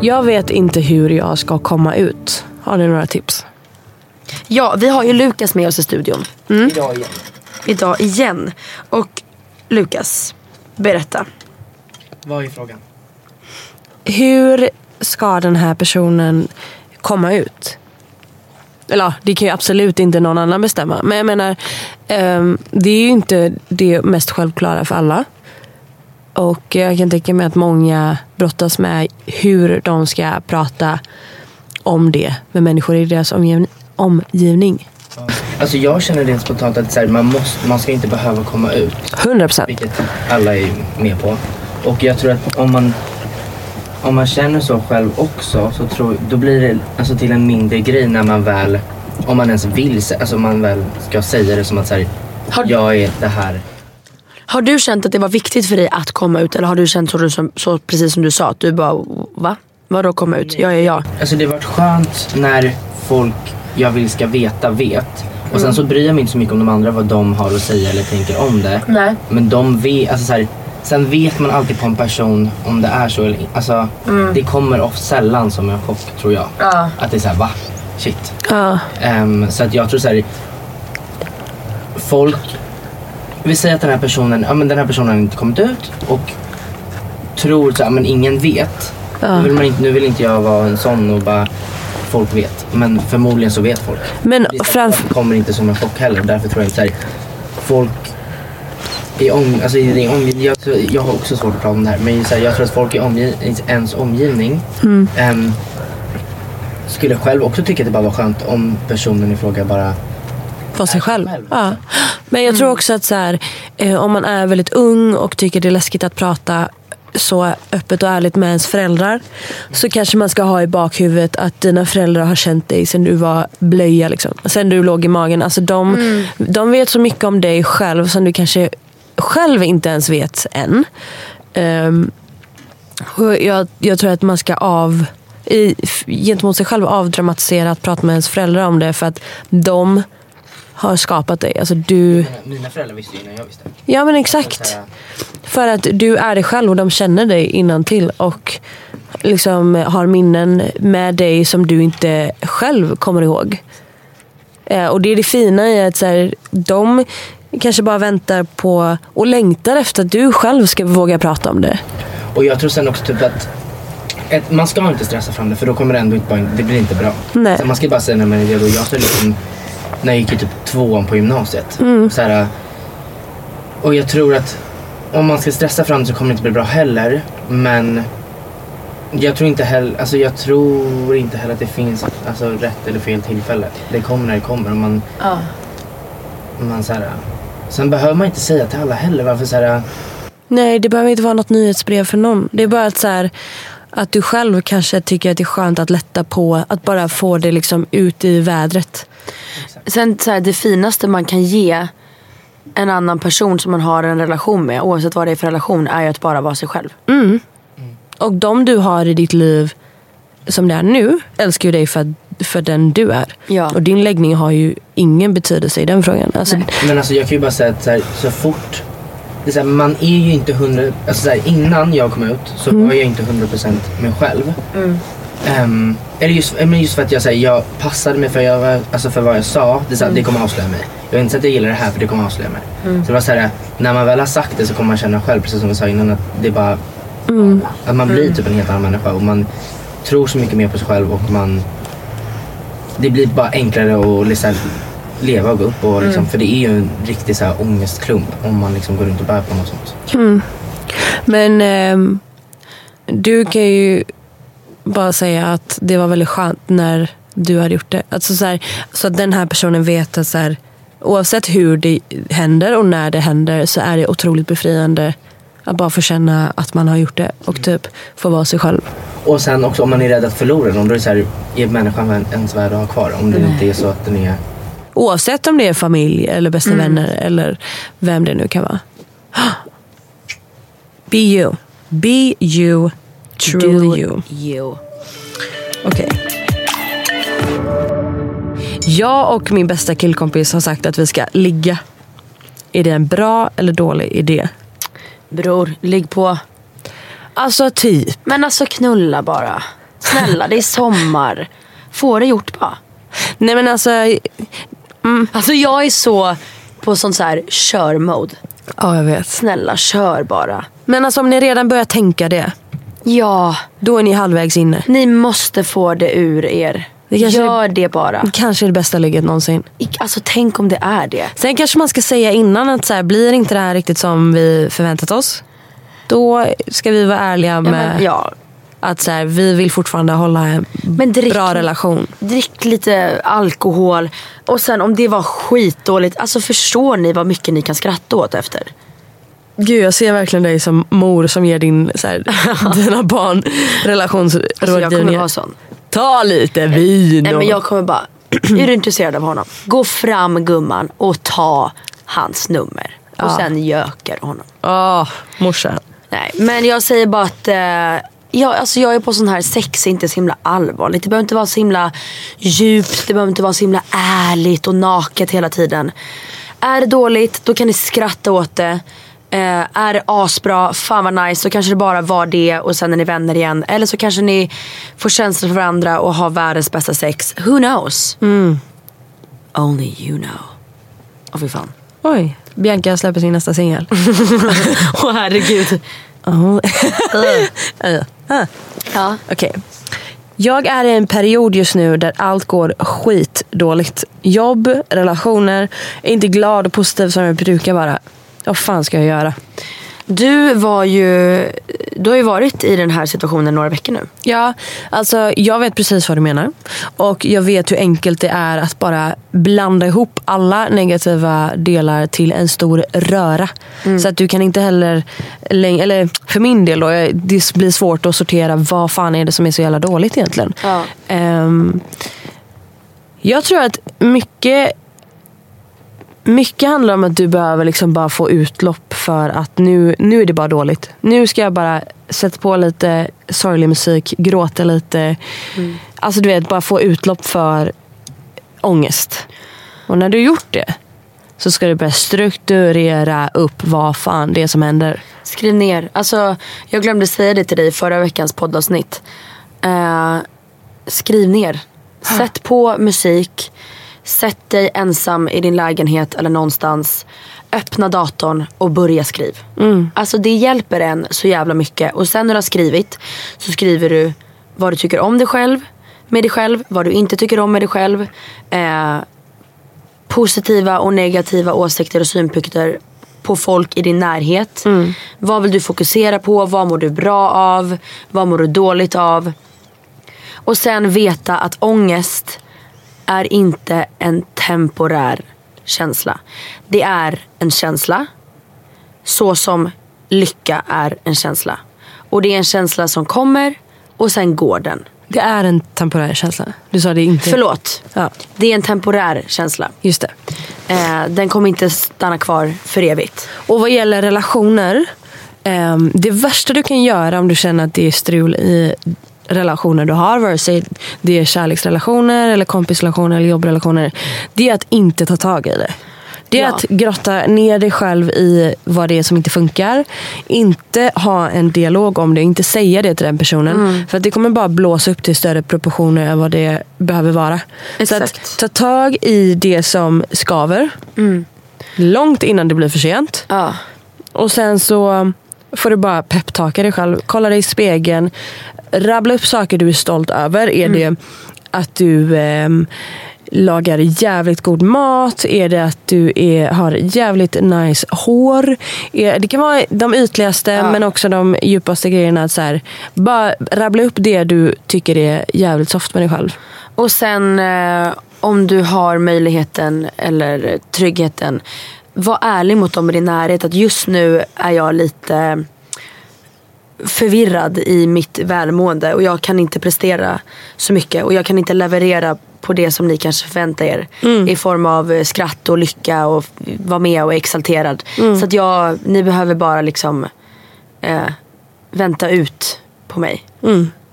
Speaker 2: Jag vet inte hur jag ska komma ut. Har ni några tips?
Speaker 1: Ja, vi har ju Lukas med oss i studion. Mm. Idag igen. Idag igen. Och Lukas, berätta.
Speaker 4: Vad är frågan?
Speaker 2: Hur ska den här personen komma Mm. ut? Eller ja, det kan ju absolut inte någon annan bestämma. Men jag menar, ehm, det är ju inte det mest självklara för alla. Och jag kan tänka mig att många brottas med hur de ska prata om det med människor i deras omgivning. omgivning.
Speaker 4: Alltså jag känner rent spontant att så här, man, måste, man ska inte behöva komma ut.
Speaker 2: 100%.
Speaker 4: Vilket alla är med på. Och jag tror att om man, om man känner så själv också så tror, då blir det alltså, till en mindre grej när man väl, om man ens vill, sä- alltså om man väl ska säga det som att så här, jag är det här.
Speaker 1: Har du känt att det var viktigt för dig att komma ut eller har du känt så, du som, så precis som du sa? Att du bara, va? Vadå komma ut? Ja, ja, ja.
Speaker 4: Alltså det har varit skönt när folk jag vill ska veta vet. Och
Speaker 1: Mm.
Speaker 4: sen så bryr jag mig inte så mycket om de andra vad de har att säga eller tänker om det.
Speaker 1: Nej.
Speaker 4: Men de vet, alltså så här, Sen vet man alltid på en person om det är så eller inte. Alltså, Det kommer ofta sällan som en chock tror jag.
Speaker 1: Mm. Ja.
Speaker 4: Att det är såhär va? Shit.
Speaker 2: Ja.
Speaker 4: Ehm, så att jag tror såhär. Folk. Vi säger att den här personen, ja men den här personen har inte kommit ut och tror såhär, men ingen vet. Nu, vill man inte, nu vill inte jag vara en sån och bara folk vet. Men förmodligen så vet folk.
Speaker 2: Men
Speaker 4: Vissa
Speaker 2: framför...
Speaker 4: saker kommer inte som en chock heller. Därför tror jag inte såhär. Folk i om, alltså i, i omgivning, jag, tror- jag har också svårt att prata om det här. Men så här, jag tror att folk i omgiv, i ens omgivning ehm, skulle själv också tycka att det bara var skönt om personen i fråga bara
Speaker 2: på sig själv.
Speaker 4: själv.
Speaker 2: Ja. Men jag tror också att så här, eh, om man är väldigt ung och tycker det är läskigt att prata så öppet och ärligt med ens föräldrar så kanske man ska ha i bakhuvudet att dina föräldrar har känt dig sen du var blöja. Liksom. Sen du låg i magen. Alltså de, de vet så mycket om dig själv som du kanske själv inte ens vet än. Ehm, och jag, jag tror att man ska av i, f- gentemot sig själv avdramatisera att prata med ens föräldrar om det för att de har skapat dig. Alltså du...
Speaker 4: Mina föräldrar visste ju innan jag visste.
Speaker 2: Ja men
Speaker 4: Så
Speaker 2: exakt.
Speaker 4: här,
Speaker 2: För att du är dig själv och de känner dig innan till och liksom har minnen med dig som du inte själv kommer ihåg. Eh, Och det är det fina i att så här, de kanske bara väntar på och längtar efter att du själv ska våga prata om det.
Speaker 4: Och jag tror sen också typ att ett, man ska inte stressa fram det för då kommer det ändå inte bara, det blir inte bra.
Speaker 2: Nej.
Speaker 4: Så man ska bara säga nej men det är då jag så liksom, när jag gick i typ tvåan på gymnasiet. Så här, och jag tror att om man ska stressa fram det så kommer det inte bli bra heller. Men jag tror inte heller, alltså jag tror inte heller att det finns alltså, rätt eller fel tillfälle. Det kommer när det kommer. Och man, man så här, sen behöver man inte säga till alla heller varför så här,
Speaker 2: Nej, det behöver inte vara något nyhetsbrev för någon. Det är bara att, så här, att du själv kanske tycker att det är skönt att lätta på, att bara få det liksom ut i vädret.
Speaker 1: Sen så här, det finaste man kan ge en annan person som man har en relation med, oavsett vad det är för relation, är ju att bara vara sig själv.
Speaker 2: Och de du har i ditt liv som det är nu älskar ju dig för, för den du är.
Speaker 1: Ja.
Speaker 2: Och din läggning har ju ingen betydelse i den frågan. Alltså,
Speaker 1: Nej.
Speaker 4: Men alltså jag kan ju bara säga att så, här, så fort... Det är så här, man är ju inte hundra... Alltså så här, innan jag kom ut så var jag inte hundra procent mig själv. Ehm, eller just, men just för att jag, så här, jag passade mig för, jag, var- alltså för vad jag sa. Det, är så här, det kommer avslöja mig. Jag har inte sagt att jag gillar det här för det kommer avslöja mig. Så det var så här, när man väl har sagt det så kommer man känna själv, precis som jag sa innan, att det bara... Att man blir typ en helt annan människa och man tror så mycket mer på sig själv och man... Det blir bara enklare att liksom leva och gå upp. Och liksom, För det är ju en riktig så här ångestklump om man liksom går runt och bär på något sånt.
Speaker 2: Men ehm, du kan ju bara säga att det var väldigt skönt när du hade gjort det. Alltså så, här, så att den här personen vet att så här, oavsett hur det händer och när det händer så är det otroligt befriande att bara få känna att man har gjort det och typ få vara sig själv.
Speaker 4: Och sen också om man är rädd att förlora någon, då är det så här, är människan vä- ens värd att ha kvar? Om det inte är så att den är...
Speaker 2: Oavsett om det är familj eller bästa vänner eller vem det nu kan vara. [GASPS] Be you. Be you. Truly
Speaker 1: Do
Speaker 2: you.
Speaker 1: you.
Speaker 2: Okej. Jag och min bästa killkompis har sagt att vi ska ligga. Är det en bra eller dålig idé?
Speaker 1: Bror, ligg på.
Speaker 2: Alltså typ.
Speaker 1: Men alltså knulla bara. Snälla, det är sommar. Få det gjort bara.
Speaker 2: Nej men alltså.
Speaker 1: Alltså jag är så på sånt så här kör-mode.
Speaker 2: Ja jag vet.
Speaker 1: Snälla, kör bara.
Speaker 2: Men alltså om ni redan börjar tänka det.
Speaker 1: Ja,
Speaker 2: Då är ni halvvägs inne.
Speaker 1: ni måste få det ur er.
Speaker 2: Det kanske-
Speaker 1: Gör det bara.
Speaker 2: Kanske det bästa ligget någonsin.
Speaker 1: I- Alltså tänk om det är det.
Speaker 2: Sen kanske man ska säga innan att så här, blir inte det här riktigt som vi förväntat oss. Då ska vi vara ärliga
Speaker 1: Ja,
Speaker 2: med
Speaker 1: men, ja.
Speaker 2: att så här, vi vill fortfarande hålla en
Speaker 1: Men drick-
Speaker 2: bra relation.
Speaker 1: Drick lite alkohol och sen om det var skitdåligt, alltså förstår ni vad mycket ni kan skratta åt efter? Alltså,
Speaker 2: Gud jag ser verkligen dig som mor som ger din, så [LAUGHS] här, dina barn
Speaker 1: Alltså jag kommer
Speaker 2: relationsrådgivningar.
Speaker 1: vara sån.
Speaker 2: Ta lite vin
Speaker 1: Nej
Speaker 2: och...
Speaker 1: men jag kommer bara, är du intresserad av honom? Gå fram gumman och ta hans nummer. Och sen göker honom.
Speaker 2: Ah, morsa.
Speaker 1: Nej, men jag säger bara att eh, jag, alltså jag är på sån här sex är inte så himla allvarligt. Det behöver inte vara så himla djupt, det behöver inte vara så himla ärligt och naket hela tiden. Är det dåligt, då kan ni skratta åt det. Eh, är det asbra, fan vad nice, så kanske det bara var det och sen är ni vänner igen. Eller så kanske ni får känslor för varandra och har världens bästa sex. Who knows? Only you know. Åh fy fan.
Speaker 2: Oj, Bianca släpper sin nästa singel.
Speaker 1: Åh herregud. Mm.
Speaker 2: Oh.
Speaker 1: Ja.
Speaker 2: Okej. Jag är i en period just nu där allt går skitdåligt. Jobb, relationer, är inte glad och positiv som jag brukar vara. Vad fan ska jag göra?
Speaker 1: Du var ju, du har ju varit i den här situationen några veckor nu.
Speaker 2: Ja, alltså jag vet precis vad du menar. Och jag vet hur enkelt det är att bara blanda ihop alla negativa delar till en stor röra. Så att du kan inte heller, läng- eller för min del då, jag- det blir svårt att sortera vad fan är det som är så jävla dåligt egentligen.
Speaker 1: Ja.
Speaker 2: Ehm, jag tror att mycket mycket handlar om att du behöver liksom bara få utlopp för att nu, nu är det bara dåligt. Nu ska jag bara sätta på lite sorglig musik, gråta lite. Alltså du vet, bara få utlopp för ångest. Och när du gjort det så ska du börja strukturera upp vad fan det är som händer.
Speaker 1: Skriv ner. Alltså, jag glömde säga det till dig i förra veckans poddavsnitt. Eh, skriv ner. Sätt på musik. Sätt dig ensam i din lägenhet eller någonstans. Öppna datorn och börja skriv. Alltså det hjälper en så jävla mycket. Och sen när du har skrivit så skriver du vad du tycker om dig själv, med dig själv, vad du inte tycker om med dig själv. Eh, positiva och negativa åsikter och synpunkter på folk i din närhet. Vad vill du fokusera på? Vad mår du bra av? Vad mår du dåligt av? Och sen veta att ångest är inte en temporär känsla. Det är en känsla. Så som lycka är en känsla. Och det är en känsla som kommer och sen går den.
Speaker 2: Det är en temporär känsla. Du sa det inte.
Speaker 1: Förlåt.
Speaker 2: Ja,
Speaker 1: Det är en temporär känsla.
Speaker 2: just det.
Speaker 1: Eh, den kommer inte stanna kvar för evigt.
Speaker 2: Och vad gäller relationer. ehm, det värsta du kan göra om du känner att det är strul i relationer du har, vare sig det är kärleksrelationer, eller kompisrelationer eller jobbrelationer. Det är att inte ta tag i det. Det är
Speaker 1: Ja.
Speaker 2: att grotta ner dig själv i vad det är som inte funkar. Inte ha en dialog om det, inte säga det till den personen.
Speaker 1: Mm.
Speaker 2: För att det kommer bara blåsa upp till större proportioner än vad det behöver vara. Så
Speaker 1: Exakt.
Speaker 2: att
Speaker 1: Mm.
Speaker 2: ta tag i det som skaver. Långt innan det blir för sent.
Speaker 1: Ja.
Speaker 2: Och sen så får du bara peptaka dig själv. Kolla dig i spegeln. Rabbla upp saker du är stolt över. Är det att du ehm, lagar jävligt god mat? Är det att du är, har jävligt nice hår? Är, det kan vara de ytligaste men också de djupaste grejerna. Att så här, bara rabbla upp det du tycker är jävligt soft med dig själv.
Speaker 1: Och sen eh, om du har möjligheten eller tryggheten. Var ärlig mot dem i din närhet. Att just nu är jag lite förvirrad i mitt välmående. Och jag kan inte prestera så mycket. Och jag kan inte leverera på det som ni kanske förväntar er. I form av eh, skratt och lycka och f- vara med och exalterad. Så att jag, ni behöver bara liksom eh, vänta ut på mig.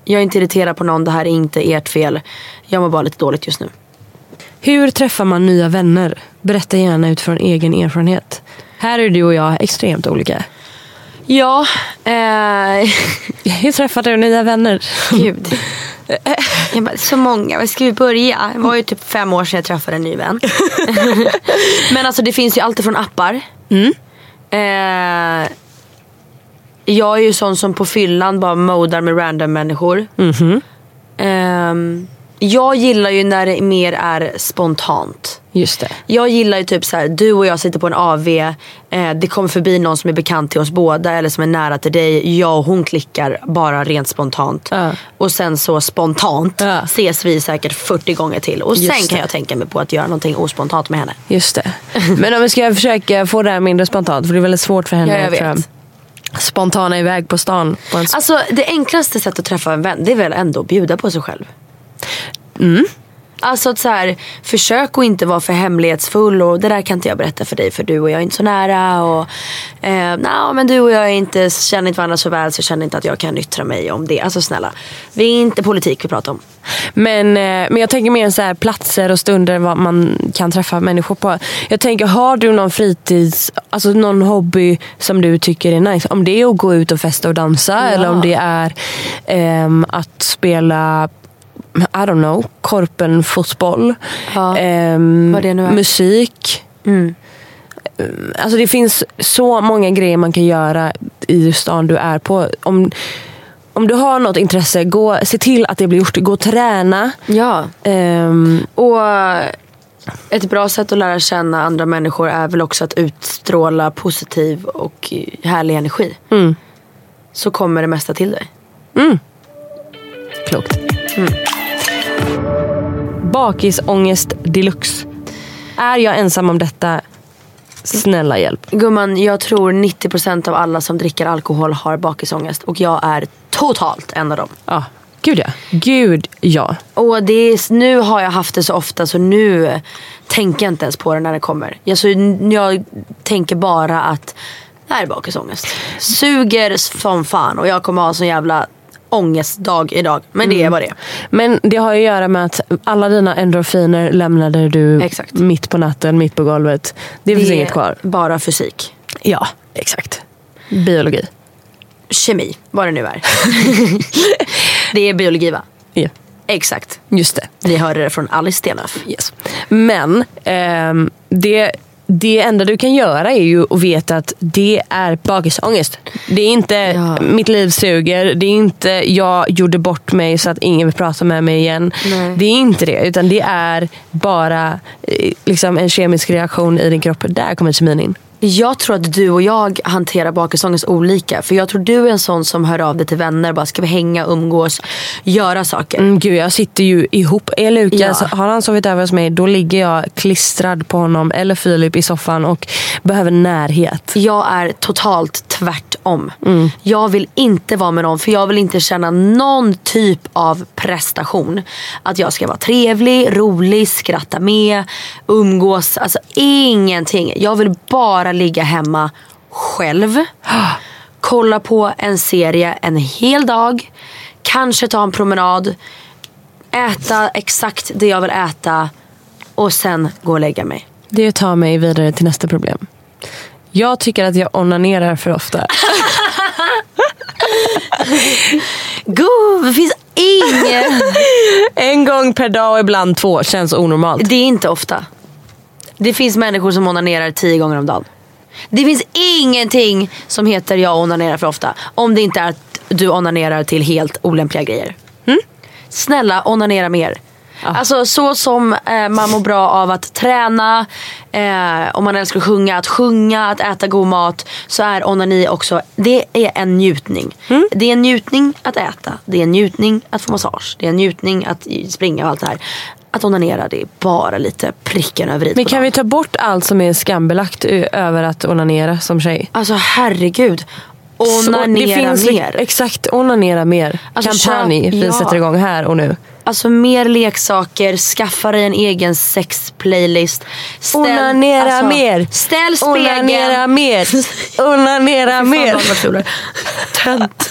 Speaker 1: Jag är inte irriterad på någon, det här är inte ert fel. Jag mår bara lite dåligt just nu.
Speaker 2: Hur träffar man nya vänner? Berätta gärna utifrån egen erfarenhet. Här är du och jag extremt olika.
Speaker 1: Ja, [LAUGHS] eh,
Speaker 2: Hur träffar du
Speaker 1: [LAUGHS]
Speaker 2: nya vänner?
Speaker 1: gud. Jag bara, så många, var ska vi börja? Det var ju typ fem år sedan jag träffade en ny [LAUGHS] vän. Men alltså det finns ju alltid från appar. Eh, jag är ju sån som på fyllan bara modar med random människor. Mhm. Ehm, jag gillar ju när det mer är spontant.
Speaker 2: Just det.
Speaker 1: Jag gillar ju typ så här, du och jag sitter på en AV eh, Det kommer förbi någon som är bekant till oss båda eller som är nära till dig. Jag och hon klickar bara rent spontant.
Speaker 2: Ja.
Speaker 1: Och sen så spontant
Speaker 2: Ja.
Speaker 1: ses vi säkert 40 gånger till. Och
Speaker 2: Just
Speaker 1: sen kan
Speaker 2: det.
Speaker 1: jag tänka mig på att göra någonting ospontant med henne.
Speaker 2: Just det. Men om vi ska försöka få det här mindre spontant, för det är väldigt svårt för henne
Speaker 1: Ja, jag vet.
Speaker 2: att eh, spontana iväg på stan. På en sp-
Speaker 1: Alltså det enklaste sättet att träffa en vän det är väl ändå att bjuda på sig själv. Alltså att så här, försök att inte vara för hemlighetsfull och det där kan inte jag berätta för dig för du och jag är inte så nära. Och, eh, "Nja, men du och jag är inte, känner inte varandra så väl så jag känner inte att jag kan yttra mig om det. Alltså snälla, det är inte politik vi pratar om.
Speaker 2: Men, eh, men jag tänker mer så här platser och stunder vad man kan träffa människor på. Jag tänker, har du någon fritids, alltså någon hobby som du tycker är nice? Om det är att gå ut och festa och dansa eller om det är ehm, att spela I don't know, korpen fotboll.
Speaker 1: Ja,
Speaker 2: Ehm,
Speaker 1: vad det nu är. Mm.
Speaker 2: Musik. Ehm, Alltså det finns så många grejer man kan göra i stan du är på. Om, om du har något intresse, gå, se till att det blir gjort. Gå och träna.
Speaker 1: Ja,
Speaker 2: Ehm,
Speaker 1: Och eh, ett bra sätt att lära känna andra människor är väl också att utstråla positiv och eh, härlig energi. Så kommer det mesta till dig.
Speaker 2: klokt. Mm. Bakisångest deluxe. Är jag ensam om detta? Snälla hjälp.
Speaker 1: Gumman, jag tror 90% av alla som dricker alkohol har bakisångest och jag är totalt en av dem.
Speaker 2: Ja. Gud ja. Gud ja.
Speaker 1: Och det är, nu har jag haft det så ofta så nu tänker jag inte ens på det när det kommer. Jag, så, jag tänker bara att det här är bakisångest. Suger som fan och jag kommer ha sån jävla ångestdag idag. Men
Speaker 2: Mm.
Speaker 1: det är vad det är.
Speaker 2: Men det har ju att göra med att alla dina endorfiner lämnade du
Speaker 1: Exakt.
Speaker 2: mitt på natten, mitt på golvet. Det finns
Speaker 1: är
Speaker 2: inget kvar.
Speaker 1: Bara fysik.
Speaker 2: Ja, exakt. Biologi.
Speaker 1: Kemi, vad det nu är. [LAUGHS] det är biologi va?
Speaker 2: Ja,
Speaker 1: Exakt.
Speaker 2: just det.
Speaker 1: Ni hörde det från Alice Stenlöf.
Speaker 2: Yes. Men ehm, det, det enda du kan göra är ju att veta att det är bakisångest. Det är inte
Speaker 1: Ja.
Speaker 2: mitt liv suger, det är inte jag gjorde bort mig så att ingen vill prata med mig igen.
Speaker 1: Nej.
Speaker 2: Det är inte det, utan det är bara eh, liksom, en kemisk reaktion i din kropp. Där kommer kemin in.
Speaker 1: Jag tror att du och jag hanterar bakisångest olika. För jag tror du är en sån som hör av dig till vänner. Bara ska vi hänga, umgås, göra saker.
Speaker 2: Mm, gud, jag sitter ju ihop. Är Lukas,
Speaker 1: Ja.
Speaker 2: har han sovit över hos mig, då ligger jag klistrad på honom eller Filip i soffan och behöver närhet.
Speaker 1: Jag är totalt tvärtom. Jag vill inte vara med någon för jag vill inte känna någon typ av prestation. Att jag ska vara trevlig, rolig, skratta med, umgås. Alltså ingenting. Jag vill bara ligga hemma själv. Kolla på en serie en hel dag. Kanske ta en promenad. Äta exakt det jag vill äta. Och sen gå och lägga mig.
Speaker 2: Det tar mig vidare till nästa problem. Jag tycker att jag onanerar för [LAUGHS] ofta.
Speaker 1: Gud, det finns inget
Speaker 2: en gång per dag och ibland två känns onormalt.
Speaker 1: Det är inte ofta. Det finns människor som onanerar tio gånger om dagen. Det finns ingenting som heter jag onanerar för ofta. Om det inte är att du onanerar till helt olämpliga grejer. Snälla onanera mer. Alltså så som eh, man mår bra av att träna, eh, om man älskar att sjunga, att sjunga, att äta god mat. Så är onani också, det är en njutning. Det är en njutning att äta, det är en njutning att få massage, det är en njutning att springa och allt det här. Att onanera det är bara lite pricken över i.
Speaker 2: Men kan vi ta bort allt som är skambelagt ö- över att onanera som tjej?
Speaker 1: Alltså herregud.
Speaker 2: Så
Speaker 1: Onanera
Speaker 2: det finns liksom- li-
Speaker 1: mer.
Speaker 2: Exakt, onanera mer.
Speaker 1: Alltså,
Speaker 2: Kampanj
Speaker 1: köp-
Speaker 2: vi
Speaker 1: ja.
Speaker 2: sätter igång här och nu.
Speaker 1: Alltså mer leksaker, skaffa dig en egen sexplaylist. Ställ, alltså,
Speaker 2: Onanera mer.
Speaker 1: Ställ spegeln.
Speaker 2: Onanera [LAUGHS] mer. Onanera
Speaker 1: Fan,
Speaker 2: mer.
Speaker 1: vad vad ful jag är. Tönt.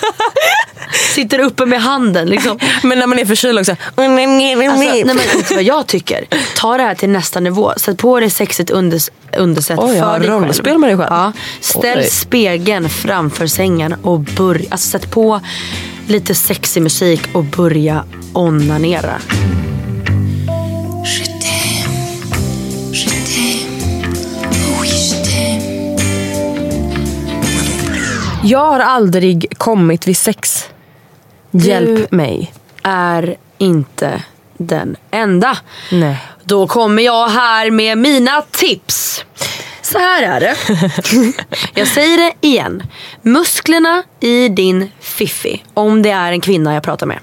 Speaker 1: [LAUGHS] Sitter uppe med handen
Speaker 2: [LAUGHS]
Speaker 1: liksom.
Speaker 2: Men när man är förkyld också. Onanera
Speaker 1: Alltså, nej,
Speaker 2: mer.
Speaker 1: men, vet du vad jag tycker? Ta det här till nästa nivå. Sätt på dig sexigt unders- undersätt
Speaker 2: Oj, jag har
Speaker 1: för dig
Speaker 2: rollspel med dig själv.
Speaker 1: Ja. Ställ
Speaker 2: Oj.
Speaker 1: spegeln framför sängen och börja. Alltså, sätt på lite sexig musik och börja onanera.
Speaker 5: Je t'aime, je t'aime, oh oui je t'aime.
Speaker 2: Jag har aldrig kommit vid sex. Hjälp mig.
Speaker 1: är inte den enda.
Speaker 2: Nej.
Speaker 1: Då kommer jag här med mina tips. Så här är det. jag säger det igen. Musklerna i din fiffi, om det är en kvinna jag pratar med.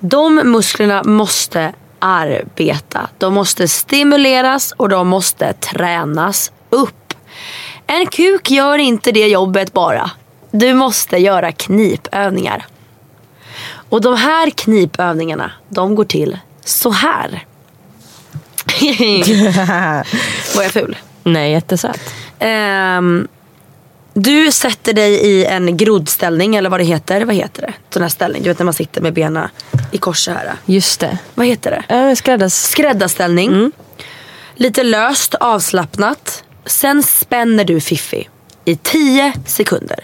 Speaker 1: De musklerna måste arbeta. De måste stimuleras och de måste tränas upp. En kuk gör inte det jobbet bara. Du måste göra knipövningar. Och de här knipövningarna, de går till så här. [LAUGHS] Var jag ful?
Speaker 2: Nej, jättesöt.
Speaker 1: Ehm, du sätter dig i en groddställning eller vad det heter. Vad heter det? Sån här ställning. Du vet när man sitter med benen i kors så här.
Speaker 2: Just det.
Speaker 1: Vad heter det?
Speaker 2: Äh, Skräddars...
Speaker 1: Skräddarställning. Lite löst, avslappnat. Sen spänner du Fiffi i 10 sekunder.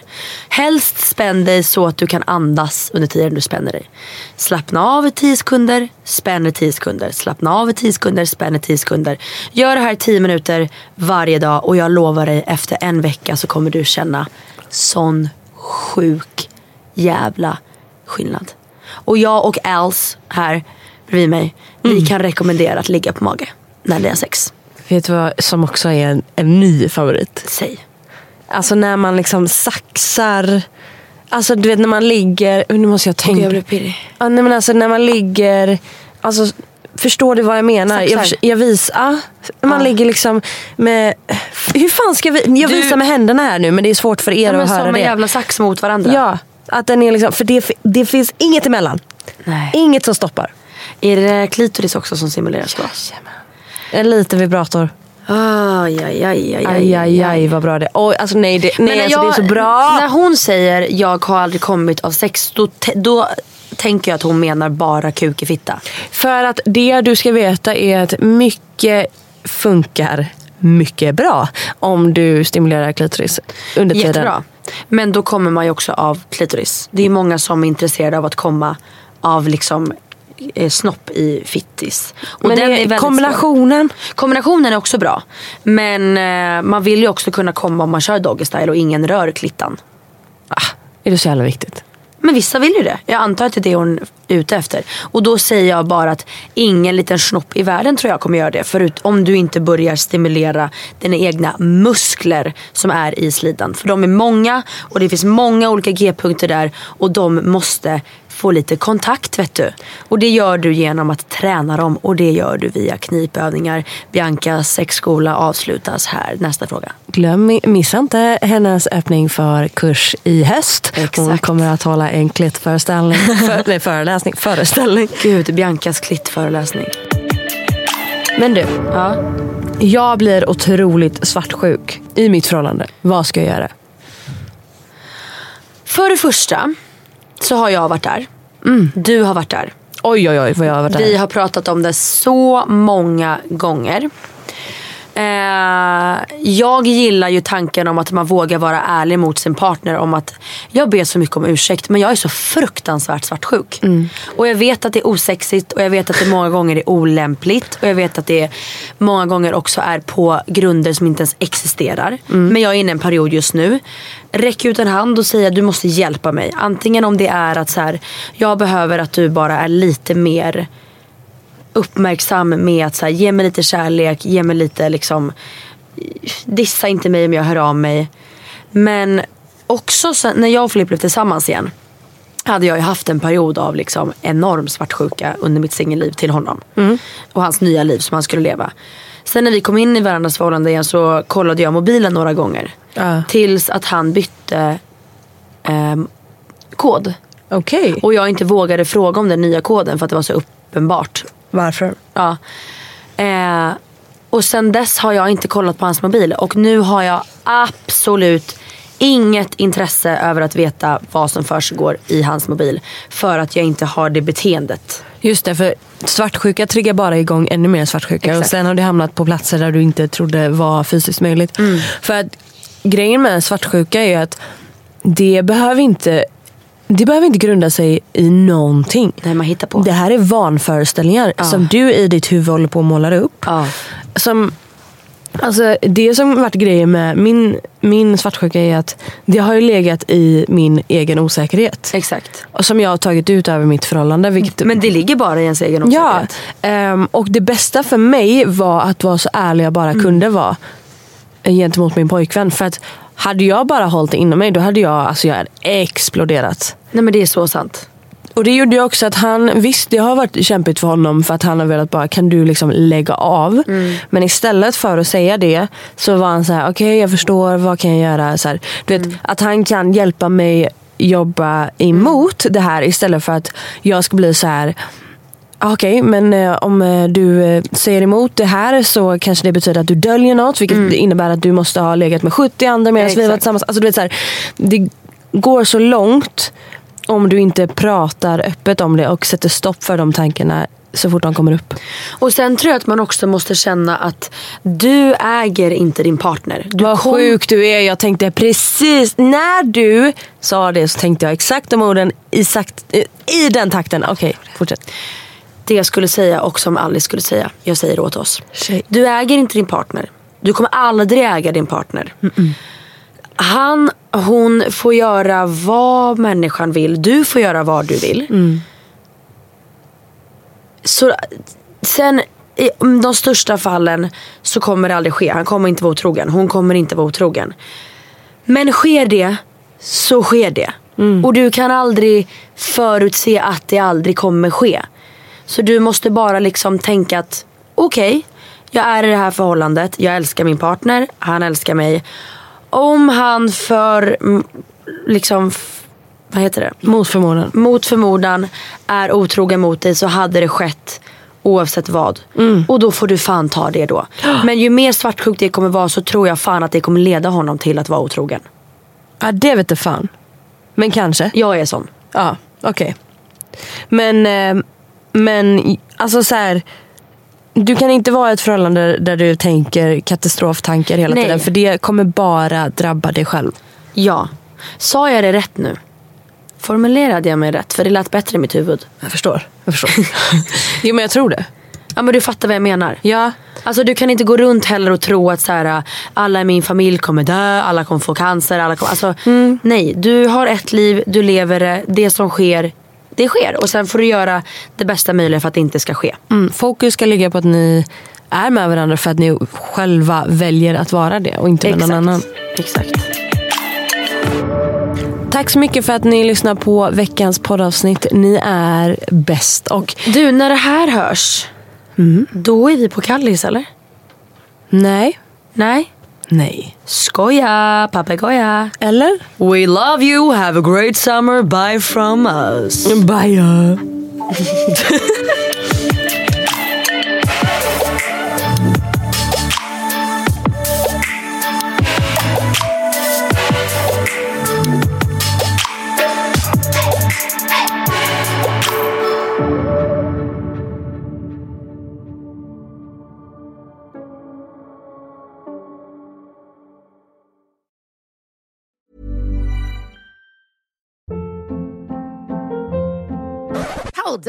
Speaker 1: Helst spänn dig så att du kan andas under tiden du spänner dig. Slappna av i 10 sekunder, spänn i 10 sekunder, slappna av i 10 sekunder, spänn i 10 sekunder. Gör det här i 10 minuter varje dag och jag lovar dig efter en vecka så kommer du känna sån sjuk jävla skillnad. Och jag och Els här bredvid mig, vi kan rekommendera att ligga på mage när ni har sex.
Speaker 2: Vet du vad som också är en, en ny favorit?
Speaker 1: Säg.
Speaker 2: Alltså när man liksom saxar. Alltså du vet när man ligger. Nu måste jag tänka.
Speaker 1: Gud, jag blir pirrig.
Speaker 2: Ja, nej, men alltså när man ligger... Alltså, förstår du vad jag menar?
Speaker 1: Saxar.
Speaker 2: Jag, förs- jag visar. ja. Man ligger liksom med... Hur fan ska vi... Jag visar med händerna här nu men det är svårt för er
Speaker 1: Ja, men
Speaker 2: att höra
Speaker 1: som en
Speaker 2: det.
Speaker 1: jävla sax mot varandra.
Speaker 2: Ja, att den är liksom... För det, fi- det finns inget emellan.
Speaker 1: Nej.
Speaker 2: Inget som stoppar.
Speaker 1: Är det klitoris också som simuleras då?
Speaker 2: En liten vibrator.
Speaker 1: Aj, aj, aj, aj,
Speaker 2: Aj, aj, aj vad bra det är. Oj, alltså nej, det, nej
Speaker 1: när
Speaker 2: alltså, det är så
Speaker 1: När
Speaker 2: bra.
Speaker 1: hon säger jag har aldrig kommit av sex, då, te- då tänker jag att hon menar bara kuk i fitta.
Speaker 2: För att det du ska veta är att mycket funkar mycket bra om du stimulerar klitoris under tiden.
Speaker 1: Jättebra. Men då kommer man ju också av klitoris. Det är många som är intresserade av att komma av liksom eh, snopp i fittis. Och
Speaker 2: Men
Speaker 1: den
Speaker 2: det-
Speaker 1: är väldigt
Speaker 2: kombinationen.
Speaker 1: svår. Kombinationen är också bra. Men eh, man vill ju också kunna komma om man kör doggy style och ingen rör klittan.
Speaker 2: Är det så jävla viktigt?
Speaker 1: Men vissa vill ju det. Jag antar att det är det hon är ute efter. Och då säger jag bara att ingen liten snopp i världen tror jag kommer göra det. Förut om du inte börjar stimulera dina egna muskler som är i slidan. För de är många och det finns många olika g-punkter där. Och de måste få lite kontakt vet du. Och det gör du genom att träna dem. Och det gör du via knipövningar. Biancas sexskola avslutas här. Nästa fråga.
Speaker 2: Glöm, missa inte hennes öppning för kurs i höst. Hon
Speaker 1: Exakt.
Speaker 2: kommer att hålla en
Speaker 1: [LAUGHS]
Speaker 2: klittföreställning. För, nej, föreläsning. Föreställning.
Speaker 1: Gud, Biancas klittföreläsning.
Speaker 2: Men du,
Speaker 1: Ja.
Speaker 2: jag blir otroligt svartsjuk i mitt förhållande. Vad ska jag göra?
Speaker 1: För det första så har jag varit där. Du har varit där.
Speaker 2: Oj, oj, oj vad jag har varit där.
Speaker 1: Vi har pratat om det så många gånger. Eh, jag gillar ju tanken om att man vågar vara ärlig mot sin partner om att jag ber så mycket om ursäkt men jag är så fruktansvärt svartsjuk. Och jag vet att det är osexigt och jag vet att det många gånger är olämpligt och jag vet att det många gånger också är på grunder som inte ens existerar. Men jag är inne i en period just nu. Räck ut en hand och säg att du måste hjälpa mig. Antingen om det är att så här, jag behöver att du bara är lite mer uppmärksam med att så här, ge mig lite kärlek, ge mig lite liksom dissa inte mig om jag hör av mig. Men också sen, när jag och Filip blev tillsammans igen hade jag ju haft en period av liksom enorm svartsjuka under mitt singelliv till honom. Och hans nya liv som han skulle leva. Sen när vi kom in i varandras förhållande igen så kollade jag mobilen några gånger.
Speaker 2: Ja.
Speaker 1: Tills att han bytte ehm, kod.
Speaker 2: Okej.
Speaker 1: Och jag inte vågade fråga om den nya koden för att det var så uppenbart
Speaker 2: Varför?
Speaker 1: Ja. Eh, och sen dess har jag inte kollat på hans mobil och nu har jag absolut inget intresse över att veta vad som försiggår i hans mobil. För att jag inte har det beteendet.
Speaker 2: Just det, för svartsjuka triggar bara igång ännu mer svartsjuka.
Speaker 1: Exakt.
Speaker 2: Och sen har du hamnat på platser där du inte trodde var fysiskt möjligt.
Speaker 1: Mm.
Speaker 2: För att grejen med svartsjuka är ju att det behöver inte det behöver inte grunda sig i någonting.
Speaker 1: Nej, man hittar på.
Speaker 2: Det här är vanföreställningar som du i ditt huvud håller på att målar upp.
Speaker 1: Ja.
Speaker 2: Som, alltså, det som varit grejen med min, min svartsjuka är att det har ju legat i min egen osäkerhet.
Speaker 1: Exakt.
Speaker 2: Och som jag har tagit ut över mitt förhållande. Vilket
Speaker 1: Men det ligger bara i ens egen
Speaker 2: Ja,
Speaker 1: osäkerhet.
Speaker 2: ehm, och det bästa för mig var att vara så ärlig jag bara kunde vara gentemot min pojkvän. För att hade jag bara hållit det inom mig då hade jag, alltså jag hade exploderat.
Speaker 1: Nej men det är så sant.
Speaker 2: Och det gjorde ju också att han, visst det har varit kämpigt för honom för att han har velat bara kan du liksom lägga av. Men istället för att säga det så var han så här: okej jag förstår, vad kan jag göra? Så här, du vet, Att han kan hjälpa mig jobba emot det här istället för att jag ska bli så här Okej, men eh, om eh, du eh, säger emot det här så kanske det betyder att du döljer något. Vilket innebär att du måste ha legat med 70 andra medan vi var
Speaker 1: Mm. Exakt.
Speaker 2: tillsammans. Alltså, du vet, så här, det går så långt om du inte pratar öppet om det och sätter stopp för de tankarna så fort de kommer upp.
Speaker 1: Och sen tror jag att man också måste känna att du äger inte din partner. Du
Speaker 2: Vad
Speaker 1: kom-
Speaker 2: sjuk du är. Jag tänkte precis när du sa det så tänkte jag exakt de orden i, sakt, eh, i den takten. Okej, fortsätt.
Speaker 1: Det jag skulle säga och som Alice skulle säga. Jag säger åt oss. Du äger inte din partner. Du kommer aldrig äga din partner. Han, hon får göra vad människan vill. Du får göra vad du vill. Så sen i de största fallen så kommer det aldrig ske. Han kommer inte vara otrogen. Hon kommer inte vara otrogen. Men sker det så sker det.
Speaker 2: Mm.
Speaker 1: Och du kan aldrig förutse att det aldrig kommer ske. Så du måste bara liksom tänka att okej, jag är i det här förhållandet. Jag älskar min partner. Han älskar mig. Om han för mm, liksom f- vad heter det?
Speaker 2: Mot förmodan.
Speaker 1: mot förmodan är otrogen mot dig så hade det skett oavsett vad.
Speaker 2: Mm.
Speaker 1: Och då får du fan ta det
Speaker 2: [GASPS]
Speaker 1: då. Men ju mer svartsjuk det kommer vara så tror jag fan att det kommer leda honom till att vara otrogen.
Speaker 2: Ja, det vet du fan. Men kanske.
Speaker 1: Jag är sån.
Speaker 2: Ja, okej. Men, eh, men alltså så här. Du kan inte vara i ett förhållande där du tänker katastroftankar hela
Speaker 1: Nej.
Speaker 2: tiden. För det kommer bara drabba dig själv.
Speaker 1: Ja. Sa jag det rätt nu? Formulerade jag mig rätt? För det lät bättre i mitt huvud.
Speaker 2: Jag förstår. Jag förstår. jo men jag tror det.
Speaker 1: [LAUGHS] Ja men du fattar vad jag menar.
Speaker 2: Ja.
Speaker 1: Alltså du kan inte gå runt heller och tro att så här, alla i min familj kommer dö, alla kommer få cancer. Alla kommer, alltså,
Speaker 2: Mm.
Speaker 1: Nej, du har ett liv, du lever det, det som sker, det sker. Och sen får du göra det bästa möjliga för att det inte ska ske.
Speaker 2: Mm, fokus ska ligga på att ni är med varandra för att ni själva väljer att vara det och inte med någon annan.
Speaker 1: Exakt.
Speaker 2: Tack så mycket för att ni lyssnar på veckans poddavsnitt. Ni är bäst. Och
Speaker 1: Du, när det här hörs,
Speaker 2: Mm.
Speaker 1: då är vi på Kallis eller?
Speaker 2: nej,
Speaker 1: Nej?
Speaker 2: nej.
Speaker 1: Skoja, papegoja.
Speaker 2: Eller?
Speaker 1: oh We love you, have a great summer, bye from us.
Speaker 2: Bye.
Speaker 6: Hold